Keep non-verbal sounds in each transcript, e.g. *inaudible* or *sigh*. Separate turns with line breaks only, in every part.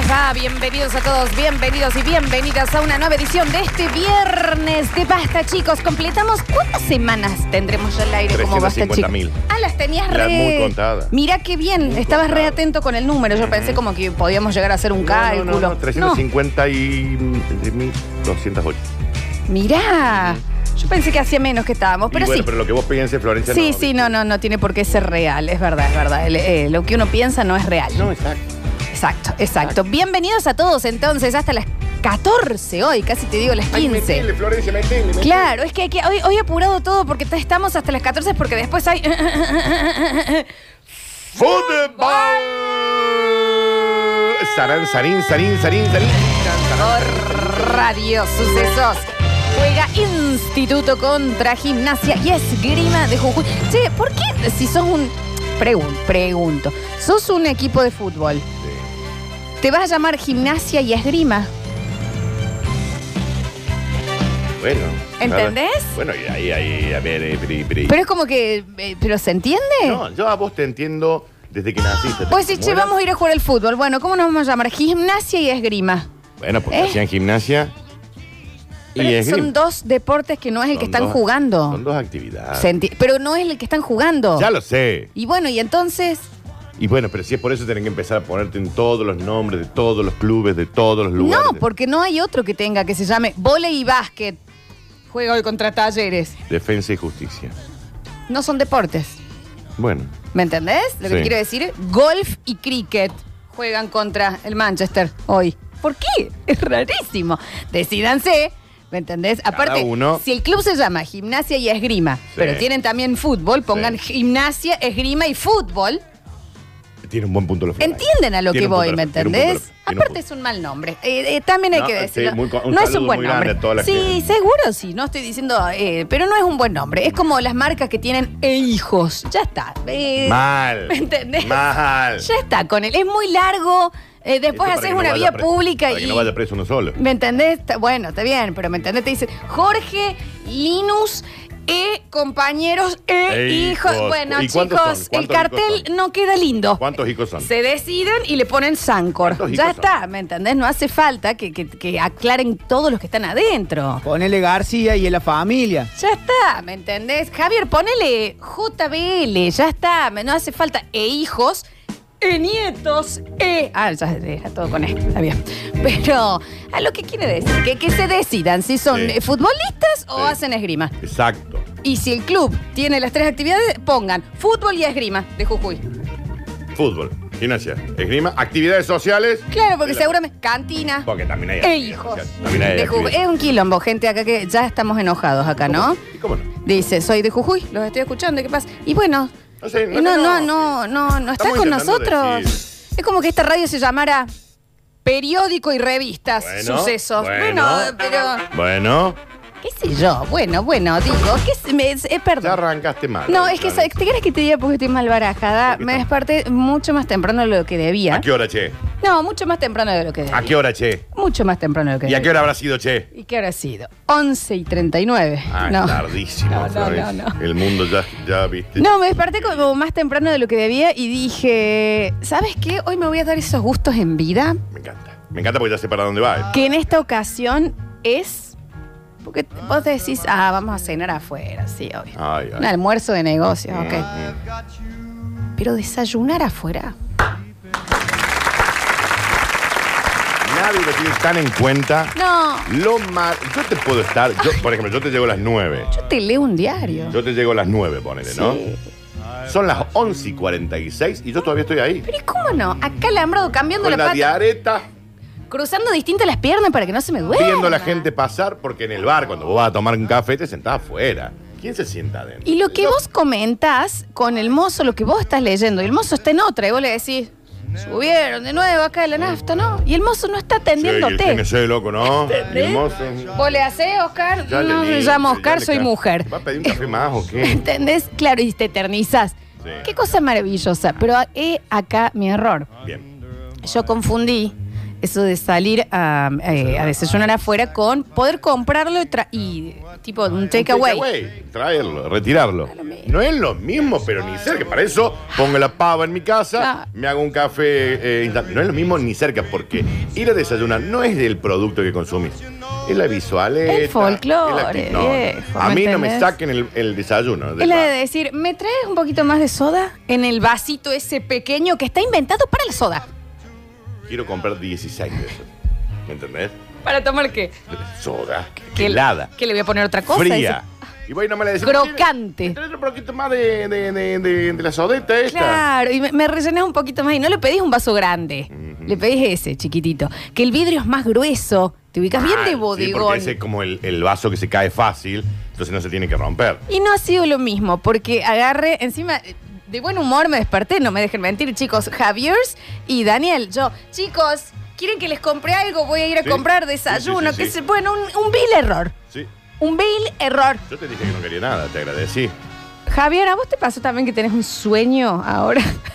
está? Bienvenidos a todos, bienvenidos y bienvenidas a una nueva edición de este viernes de Basta, chicos. Completamos cuántas semanas tendremos ya al aire como Basta, chicos.
350.000.
Ah, las tenías
Las
re.
muy contadas.
Mira qué bien,
Muy
estabas re
contadas.
atento con el número. Yo pensé como que podíamos llegar a hacer un
No, no,
cálculo.
no, no, 350 y mm, 208.
Oh, Mirá, yo pensé que hacía menos que estábamos,
Y
pero
bueno,
sí.
pero lo que vos pienses, Florencia.
Sí, sí, no, no, no tiene por qué ser real, es verdad, es verdad. El- eh, lo que uno piensa no es real.
No, exacto.
Exacto, exacto. Bienvenidos a todos entonces, hasta las 14 hoy, casi te digo las
Ay,
15.
metele, Florencia, metele, metele.
Claro, es que, hay que- hoy, hoy he apurado todo porque te- estamos hasta las 14 porque después hay...
Fútbol. Sarán, sarín, sarín, sarín, sarín.
Radio Sucesos. Juega Instituto contra Gimnasia y Esgrima de Jujuy. Che, ¿por qué si sos un... Pregun- pregunto, sos un equipo de fútbol, ¿te vas a llamar Gimnasia y Esgrima?
Bueno.
¿Entendés?
claro. Bueno, y ahí, ahí, a ver, eh, pri, pri.
Pero es como que... eh, ¿Pero se entiende?
No, yo a vos te entiendo desde que naciste.
Pues sí, che,
Bueno,
vamos a ir a jugar al fútbol. Bueno, ¿cómo nos vamos a llamar? Gimnasia y esgrima.
Bueno, porque
¿Eh?
hacían gimnasia. Y
Pero
esgrima.
son dos deportes que no es el que
Son
están
dos-
jugando.
Son dos actividades.
Se enti- Pero no es el que están jugando.
Ya lo sé.
Y bueno, y entonces,
Y bueno, pero si es por eso, tienen que empezar a ponerte en todos los nombres de todos los clubes, de todos los lugares.
no, porque no hay otro que tenga que se llame volei y básquet. Juego hoy contra talleres.
Defensa y justicia.
No son deportes.
Bueno,
¿Me entendés? Lo que
Sí.
te quiero decir, golf y cricket juegan contra el Manchester hoy. ¿Por qué? *laughs* Es rarísimo. Decídanse, ¿me entendés? Aparte,
uno.
si el club se llama gimnasia y esgrima, pero tienen también fútbol, pongan gimnasia, esgrima y fútbol.
tiene un buen punto lo Ferrari.
Entienden a lo que
Tiene un punto
voy,
lo-
¿me
tiene un punto lo-
entendés?
tiene un
Aparte es un mal nombre. Eh, eh, también hay
No,
que
sí,
decirlo.
muy co- un
no es
saludo
un buen
muy grande
nombre.
a toda la
sí,
gente.
seguro sí. No estoy diciendo, eh, pero no es un buen nombre. Es como las marcas que tienen e hijos. Ya está. Eh,
punto. Mal.
¿Me *laughs* entendés?
Mal.
Ya está con él. Es muy largo. eh,
Esto
después
para
haces
que no
una
vaya
vía
preso-
pública
para
y.
que no vaya preso uno solo.
¿Me entendés? Está- Bueno, está bien, pero ¿me entendés? Te dicen Jorge, Linus, E, compañeros, E,
E
hijos.
hijos.
Bueno,
¿Y cuántos
chicos,
son?
el
¿Cuántos hijos
cartel
son?
no queda lindo.
¿Cuántos hijos son?
Se deciden y le ponen Sancor.
¿Cuántos
Ya
hijos son?
está, ¿me entendés? No hace falta que, que- que aclaren todos los que están adentro.
Ponele García y en la familia.
Ya está, ¿me entendés? Javier, ponele JBL, ya está, me- no hace falta. E hijos, e nietos, e. Ah, ya deja todo con E, está bien. Pero a lo que quiere decir, que, que se decidan si son
Sí.
eh, futbolistas o
Sí.
hacen esgrima.
Exacto.
Y si el club tiene las tres actividades, pongan fútbol y esgrima de Jujuy.
Fútbol, gimnasia, esgrima, actividades sociales.
Claro, porque
De la-
seguramente. Cantina.
Porque también hay.
E
actividades
hijos.
sociales. También hay.
de Jujuy.
actividades.
Es un quilombo, gente, acá que ya estamos enojados acá, ¿no?
¿Y cómo no?
Dice, soy de Jujuy, los estoy escuchando, ¿qué pasa? Y bueno,
*laughs* No sé,
Eh, no, no, no, no, no, está
Estamos
con
intentando
nosotros.
decir.
Es como que esta radio se llamara Periódico y Revistas
Bueno,
Sucesos. Bueno,
bueno.
pero,
Bueno,
qué sé yo, bueno, bueno, digo, qué sé- me, eh,
ya
perdón.
arrancaste mal.
No, es que, ¿sabes?
Florencia.
¿te crees que te diga porque estoy mal barajada?
Porque
Me
está-
desperté mucho más temprano de lo que
¿A
debía.
qué hora, che?
No, mucho más temprano de lo que
¿A
debía.
qué hora, che?
Mucho más temprano de lo que
¿Y a qué
debía.
hora habrá sido, che?
¿Y qué hora ha sido? 11 y 39.
Ah,
no.
tardísimo.
No, no,
Florencia.
no, no.
El mundo ya, ya viste.
No, me desperté como más temprano de lo que debía y dije, ¿sabes qué? Hoy me voy a dar esos gustos en vida
Me encanta. Me encanta porque ya sé para dónde va. eh.
que en esta ocasión es. Porque vos decís, ah, vamos a cenar afuera, sí, obvio.
Ay,
Un
ay.
almuerzo de negocios,
Mm,
ok.
mm.
Pero desayunar afuera.
Mm. Nadie lo tiene tan en cuenta.
No,
Lo más. Yo te puedo estar. Yo, por ejemplo, yo te llego a las 9.
yo te leo un diario.
Yo te llego a las 9, ponele, ¿no?
Sí.
Son las 11 y 46 y yo todavía estoy ahí.
Pero ¿y cómo no? Acá alambrado, cambiando
Con
la
la
pata,
diareta,
cruzando distintas las piernas para que no se me duela.
viendo a la gente pasar, porque en el bar, cuando vos vas a tomar un café, te sentás afuera. ¿Quién se sienta adentro?
Y lo que vos comentás con el mozo, lo que vos estás leyendo, y el mozo está en otra, y vos le decís, subieron de nuevo acá de la nafta, ¿no? Y el mozo no está
Sí, el
atendiéndote.
GNC, loco, ¿no?
¿Entendés?
Hermoso.
¿Eh? Vos le hacés, Oscar,
Ya le
no me
dije,
llamo
ya
Oscar,
le
soy
ca-
mujer.
¿Va a pedir un café más o
*laughs*
qué?
¿Entendés? Claro, y te eternizás.
Sí.
Qué cosa maravillosa. Pero he acá mi error.
Bien.
Yo confundí eso de salir a, eh, a desayunar afuera con poder comprarlo y, tra- y tipo un takeaway.
Takeaway, Traerlo, retirarlo.
Ah,
No es lo mismo, pero ni cerca. Para eso pongo la pava en mi casa,
Claro.
me hago un café. eh, instan- no es lo mismo ni cerca, porque ir a desayunar no es el producto que consumís. Es la visualeta.
El folclore,
es la acti- no, no.
viejo,
A
¿me
mí no me
entendés?
saquen el, el desayuno. del
Es la de
bar.
decir, ¿me traes un poquito más de soda en el vasito ese pequeño que está inventado para la soda?
Quiero comprar 16 de esos. ¿Me entendés?
¿Para tomar qué?
Soda.
¿Qué,
helada.
que le voy a poner otra cosa?
fría. Y voy nomás le decís,
Crocante.
"Tiene- tiene un poquito más de, de, de, de- de la sodeta
Ese-
esta.
Claro, y me, me rellenas un poquito más y no le pedís un vaso grande, le pedís ese chiquitito, que el vidrio es más grueso, te ubicas bien
Mal,
de
Ah, Sí, porque
bodegón.
ese es como el, el vaso que se cae fácil, entonces no se tiene que romper.
Y no ha sido lo mismo, porque agarré, encima, eh, de buen humor me desperté, no me dejen mentir, chicos. Javiers y Daniel, yo, chicos, ¿quieren que les compre algo? Voy a ir a
Sí.
comprar
Sí, sí,
desayuno,
sí,
que
sí.
se, bueno, un, un vil error,
Sí.
un vil error.
Yo te dije que no quería nada, te agradecí.
Javier, ¿a vos te pasó también que tenés un sueño ahora? *laughs*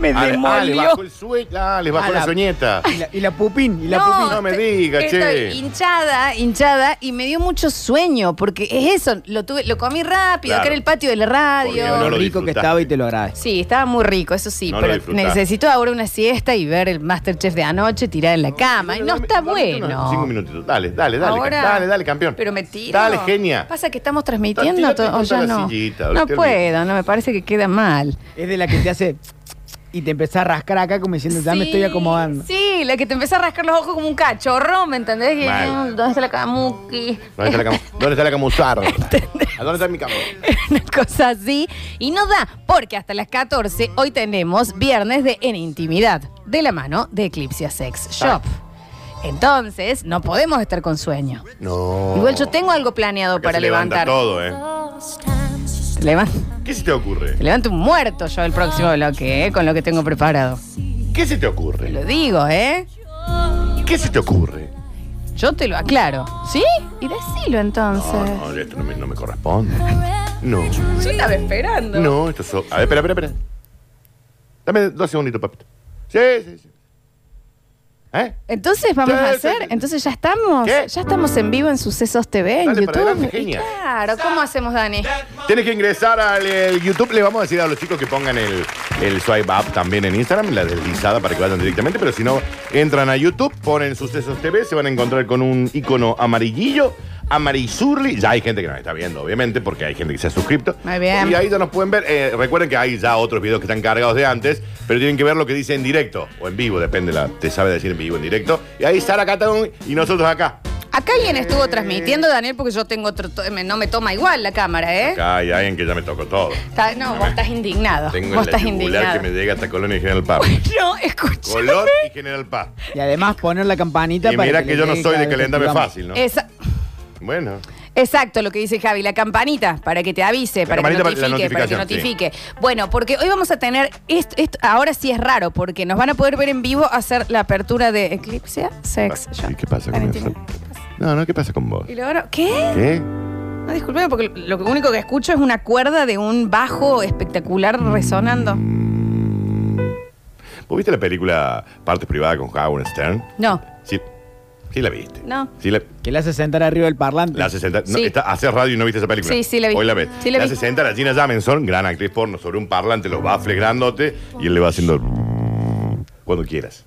me
Ah, le- ah, le
demolió.
bajó el sueño. Ah, les bajó
A
la,
la-
soñeta.
Y la, y la pupín, y la
No.
pupín.
me
te-
diga,
estoy
che.
hinchada, hinchada y me dio mucho sueño porque es eso, lo tuve, lo comí rápido,
Claro.
acá en el patio de la
Porque
radio.
no lo
lo rico que
disfrutaste.
estaba y te lo agradezco.
Sí, estaba muy rico, eso sí,
No lo
pero
disfrutás.
necesito ahora una siesta y ver el Masterchef de anoche tirada en la cama. Y no
Dame-
está
dame unos Cinco
bueno.
minutitos. Dale, dale, dale.
Ahora-
ca- dale, dale, campeón.
Pero me tiro.
Dale, genia.
Pasa que estamos transmitiendo
Tírate
todo. o
contra
ya
la
no.
sillita,
no
olvídate.
puedo, no me parece que queda mal.
Es de la que te hace y te empieza a rascar acá como diciendo, ya
Sí,
me estoy acomodando.
Sí, la que te empieza a rascar los ojos como un cachorro, ¿me entendés? Que,
Mal.
¿Dónde está la camuqui?
¿Dónde está la cam- ¿Dónde está
*laughs*
la camuzarra? ¿A dónde está mi cama?
una cosa así. Y no da, porque hasta las 14 hoy tenemos viernes de En Intimidad, de la mano de Eclipse Sex Shop. Entonces, no podemos estar con sueño.
No.
Igual yo tengo algo planeado
Acá
para
se levanta
levantar.
todo, ¿eh?
Te levan-
¿Qué se te ocurre?
te levanto un muerto yo el próximo bloque, ¿eh? con lo que tengo preparado.
¿Qué se te
Te
ocurre?
lo digo, ¿eh?
¿Qué se te ocurre?
Yo te lo aclaro. ¿Sí? Y decilo entonces.
Ah, No, no, esto no me, no me corresponde. No.
Yo estaba esperando.
No, esto es. A ver, espera, espera, espera. Dame dos segunditos, papito. Sí, sí, sí. ¿Eh?
Entonces vamos
Sí,
a
sí,
hacer,
sí.
entonces ya estamos,
¿Qué?
ya estamos en vivo en Sucesos TV, en
Dale para
YouTube.
adelante,
Y
genia.
claro, ¿cómo hacemos, Dani?
Tienes que ingresar al el YouTube. Le vamos a decir a los chicos que pongan el, el swipe up también en Instagram, la deslizada para que vayan directamente. Pero si no, entran a YouTube, ponen Sucesos TV, se van a encontrar con un icono amarillillo, amarizurli. Ya hay gente que nos está viendo, obviamente, porque hay gente que se ha suscrito.
Muy bien.
Y ahí ya nos pueden ver. Eh, recuerden que hay ya otros videos que están cargados de antes, pero tienen que ver lo que dice en directo o en vivo, depende, la, te sabe decir en vivo, en directo. Y ahí Sara Catón y nosotros acá.
Acá alguien estuvo transmitiendo, Daniel, porque yo tengo otro. to- me- No me toma igual la cámara, ¿eh?
Eh. Acá hay alguien que ya me tocó todo.
Está- no, vos estás indignado.
Tengo
vos
en la
estás
yugular
indignado. *laughs*
que me llega hasta Colón y General Paz.
No, escucha.
Colón y General Paz.
Y además poner la campanita
Y
para
mira
le
que yo no
llegue
soy
cada
de
vez que
calentarme
escribamos.
fácil, ¿no?
Esa-
Bueno.
exacto lo que dice Javi, la campanita para que te avise, para que,
campanita para la
notifique, para que
notificación,
notifique. Bueno, porque hoy vamos a tener esto, esto- ahora sí es raro, porque nos van a poder ver en vivo hacer la apertura de Eclipse Sex.
Ah,
Shop.
¿y ¿Qué pasa con
Valentina.
eso? No, no, ¿qué pasa con vos?
Y luego, ¿qué?
¿Qué?
No, disculpen, Ah, porque lo lo único que escucho es una cuerda de un bajo espectacular resonando.
¿Vos viste la película Partes Privadas con Howard Stern?
No.
Sí. Sí la viste.
No.
Sí la,
Que le hace sentar arriba del parlante.
la hace sentar. no,
Sí.
está- haces radio y no viste esa película.
Sí, sí la vi.
Hoy la ves.
Sí la
la
vi.
hace sentar a Gina Jamenson, gran actriz porno, sobre un parlante, los bafles grandote, y él le va haciendo... Cuando quieras.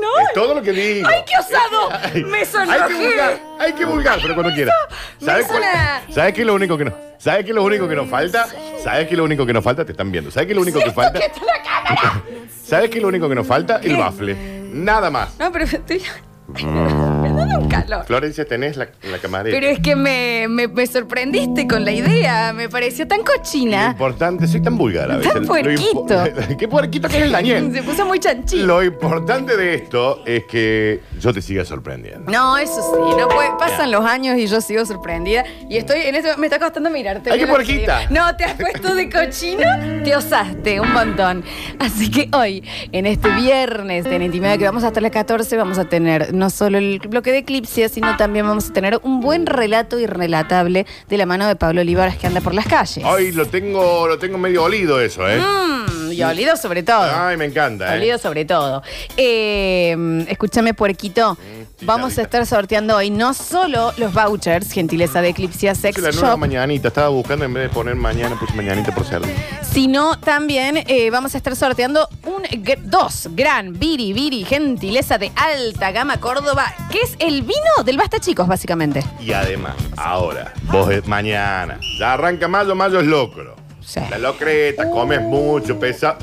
No.
Es todo lo que digo.
¡Ay, qué osado!
Ay,
¡Me
Hay que
sonrojé!
vulgar, hay que vulgar, pero cuando quiera.
me
¿Sabes
hizo
cuál-
una-
¿Sabes qué es lo único que nos, ¿sabes qué es lo único que nos falta? ¿Sabes qué es lo único que nos falta? Te están viendo. ¿Sabes qué es lo único que falta?
¡Quieto la cámara!
¿Sabes qué es lo único que nos falta? El bafle. Nada más.
No, pero estoy... Me da un calor.
Florencia, tenés la, la camarera.
Pero es que me, me, me sorprendiste con la idea. Me pareció tan
Lo
cochina.
importante, soy tan vulgar a veces.
Tan
Lo impo-
puerquito.
*laughs* ¿Qué puerquito que es
*laughs*
el Daniel?
Se puso muy chanchito.
Lo importante de esto es que yo te siga sorprendiendo.
No, eso sí, no puede- pasan los años y yo sigo sorprendida. Y estoy en eso, me está costando mirarte.
Ay, qué
Mira lo que te
puerquita.
digo. No, te has puesto de cochino, te osaste un montón. Así que hoy, en este viernes de En Intimidad, que vamos hasta las 14, vamos a tener no solo el bloque de Eclipse, sino también vamos a tener un buen relato irrelatable de la mano de Pablo Olivares que anda por las calles.
Ay, lo tengo, lo tengo medio olido eso, ¿eh?
Mm, y Olido sobre todo.
Ay, me encanta.
Olido
¿eh?
sobre todo. Eh, escúchame, puerquito.
Mm, sí,
Vamos
Sarita.
a estar sorteando hoy no solo los vouchers, gentileza de Eclipse Sex
Puse la nueva
Shop,
mañanita. Estaba buscando en vez de poner mañana, puse mañanita por ser.
sino también eh, vamos a estar sorteando un, gr- dos gran biri biri gentileza de alta gama Córdoba, que es el vino del Basta Chicos, básicamente.
Y además, ahora, vos es mañana. Ya arranca mayo, mayo es locro.
Sí. Uh.
La locreta, comes mucho, pesa.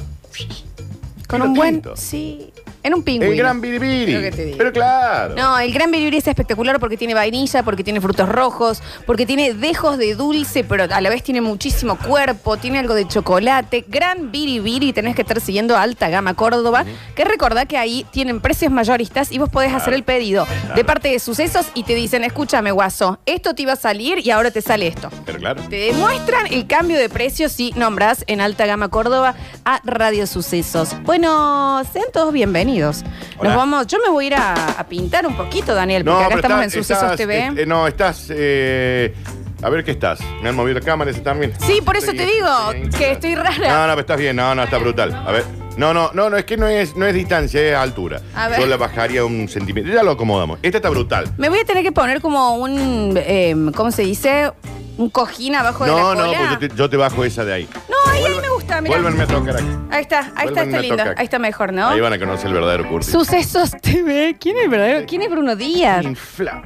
Con
Vino
un buen.
tinto.
Sí. En un pingüino.
El gran
Creo que te
biribiri.
digo.
Pero claro.
No, el gran biribiri es espectacular porque tiene vainilla, porque tiene frutos rojos, porque tiene dejos de dulce, pero a la vez tiene muchísimo cuerpo, tiene algo de chocolate. Gran biribiri, tenés que estar siguiendo a Alta Gama Córdoba, que recordá que ahí tienen precios mayoristas y vos podés hacer el pedido de parte de sucesos y te dicen, escúchame, guaso, esto te iba a salir y ahora te sale esto.
Pero claro.
Te demuestran el cambio de precio si nombras en Alta Gama Córdoba a Radio Sucesos. Bueno, sean todos bienvenidos.
Hola.
Nos vamos, yo me voy a ir a, a pintar un poquito, Daniel, porque acá
pero
estamos en
estás-
Sucesos
estás,
TV.
eh, eh, no, estás. eh, a ver qué estás. Me han movido la cámara ese también.
Sí, por eso te digo que estoy
No,
rara.
no, pero estás bien, no, no, está brutal. A ver. No, no, no, no, es que no es, no es distancia, es altura.
A ver.
Yo la bajaría un centímetro. Ya lo acomodamos. Esta está brutal.
Me voy a tener que poner como un, eh, ¿cómo se dice? Un cojín abajo de la
No,
cola.
no, pues yo, te, yo te bajo esa de ahí.
No, ahí, ahí me gusta, mira.
Vuélvenme a tocar aquí.
Ahí está, ahí está,
Vuélvenme
está
a
lindo.
tocar.
Ahí está mejor, ¿no?
Ahí van a conocer el verdadero curso.
Sucesos TV. ¿Quién es el verdadero? ¿Quién es Bruno Díaz?
Infla.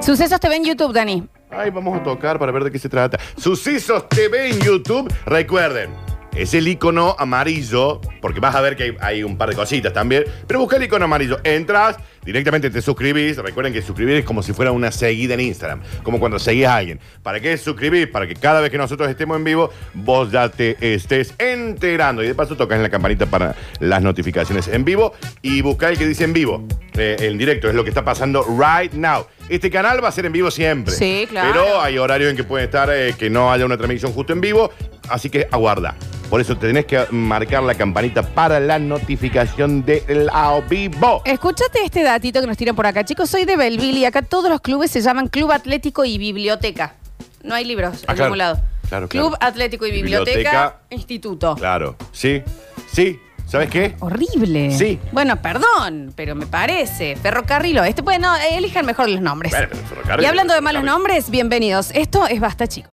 Sucesos TV en YouTube, Dani.
Ay, vamos a tocar para ver de qué se trata. Sucesos TV en YouTube. Recuerden, es el icono amarillo, porque vas a ver que hay, hay un par de cositas también. Pero busca el icono amarillo. Entras, directamente te suscribís. Recuerden que suscribir es como si fuera una seguida en Instagram, como cuando seguís a alguien. ¿Para qué suscribís? Para que cada vez que nosotros estemos en vivo, vos ya te estés enterando. Y de paso tocas en la campanita para las notificaciones en vivo y busca el que dice en vivo. eh, en directo, es lo que está pasando right now. Este canal va a ser en vivo siempre.
Sí, claro.
Pero hay horarios en que puede estar eh, que no haya una transmisión justo en vivo, así que aguarda. Por eso tenés que marcar la campanita para la notificación del ao vivo.
Escúchate este datito que nos tiran por acá. Chicos, soy de Belville y acá todos los clubes se llaman Club Atlético y Biblioteca. No hay libros
Ah,
en
claro.
ningún lado.
Claro, claro.
Club Atlético y Biblioteca,
Biblioteca.
Instituto.
Claro, sí, sí, ¿sabes qué?
Horrible.
Sí.
Bueno, perdón, pero me parece. Ferrocarril Este, bueno, elijan mejor los nombres.
Bueno, pero ferrocarril,
y hablando de malos
ferrocarril.
nombres, bienvenidos. Esto es Basta, chicos.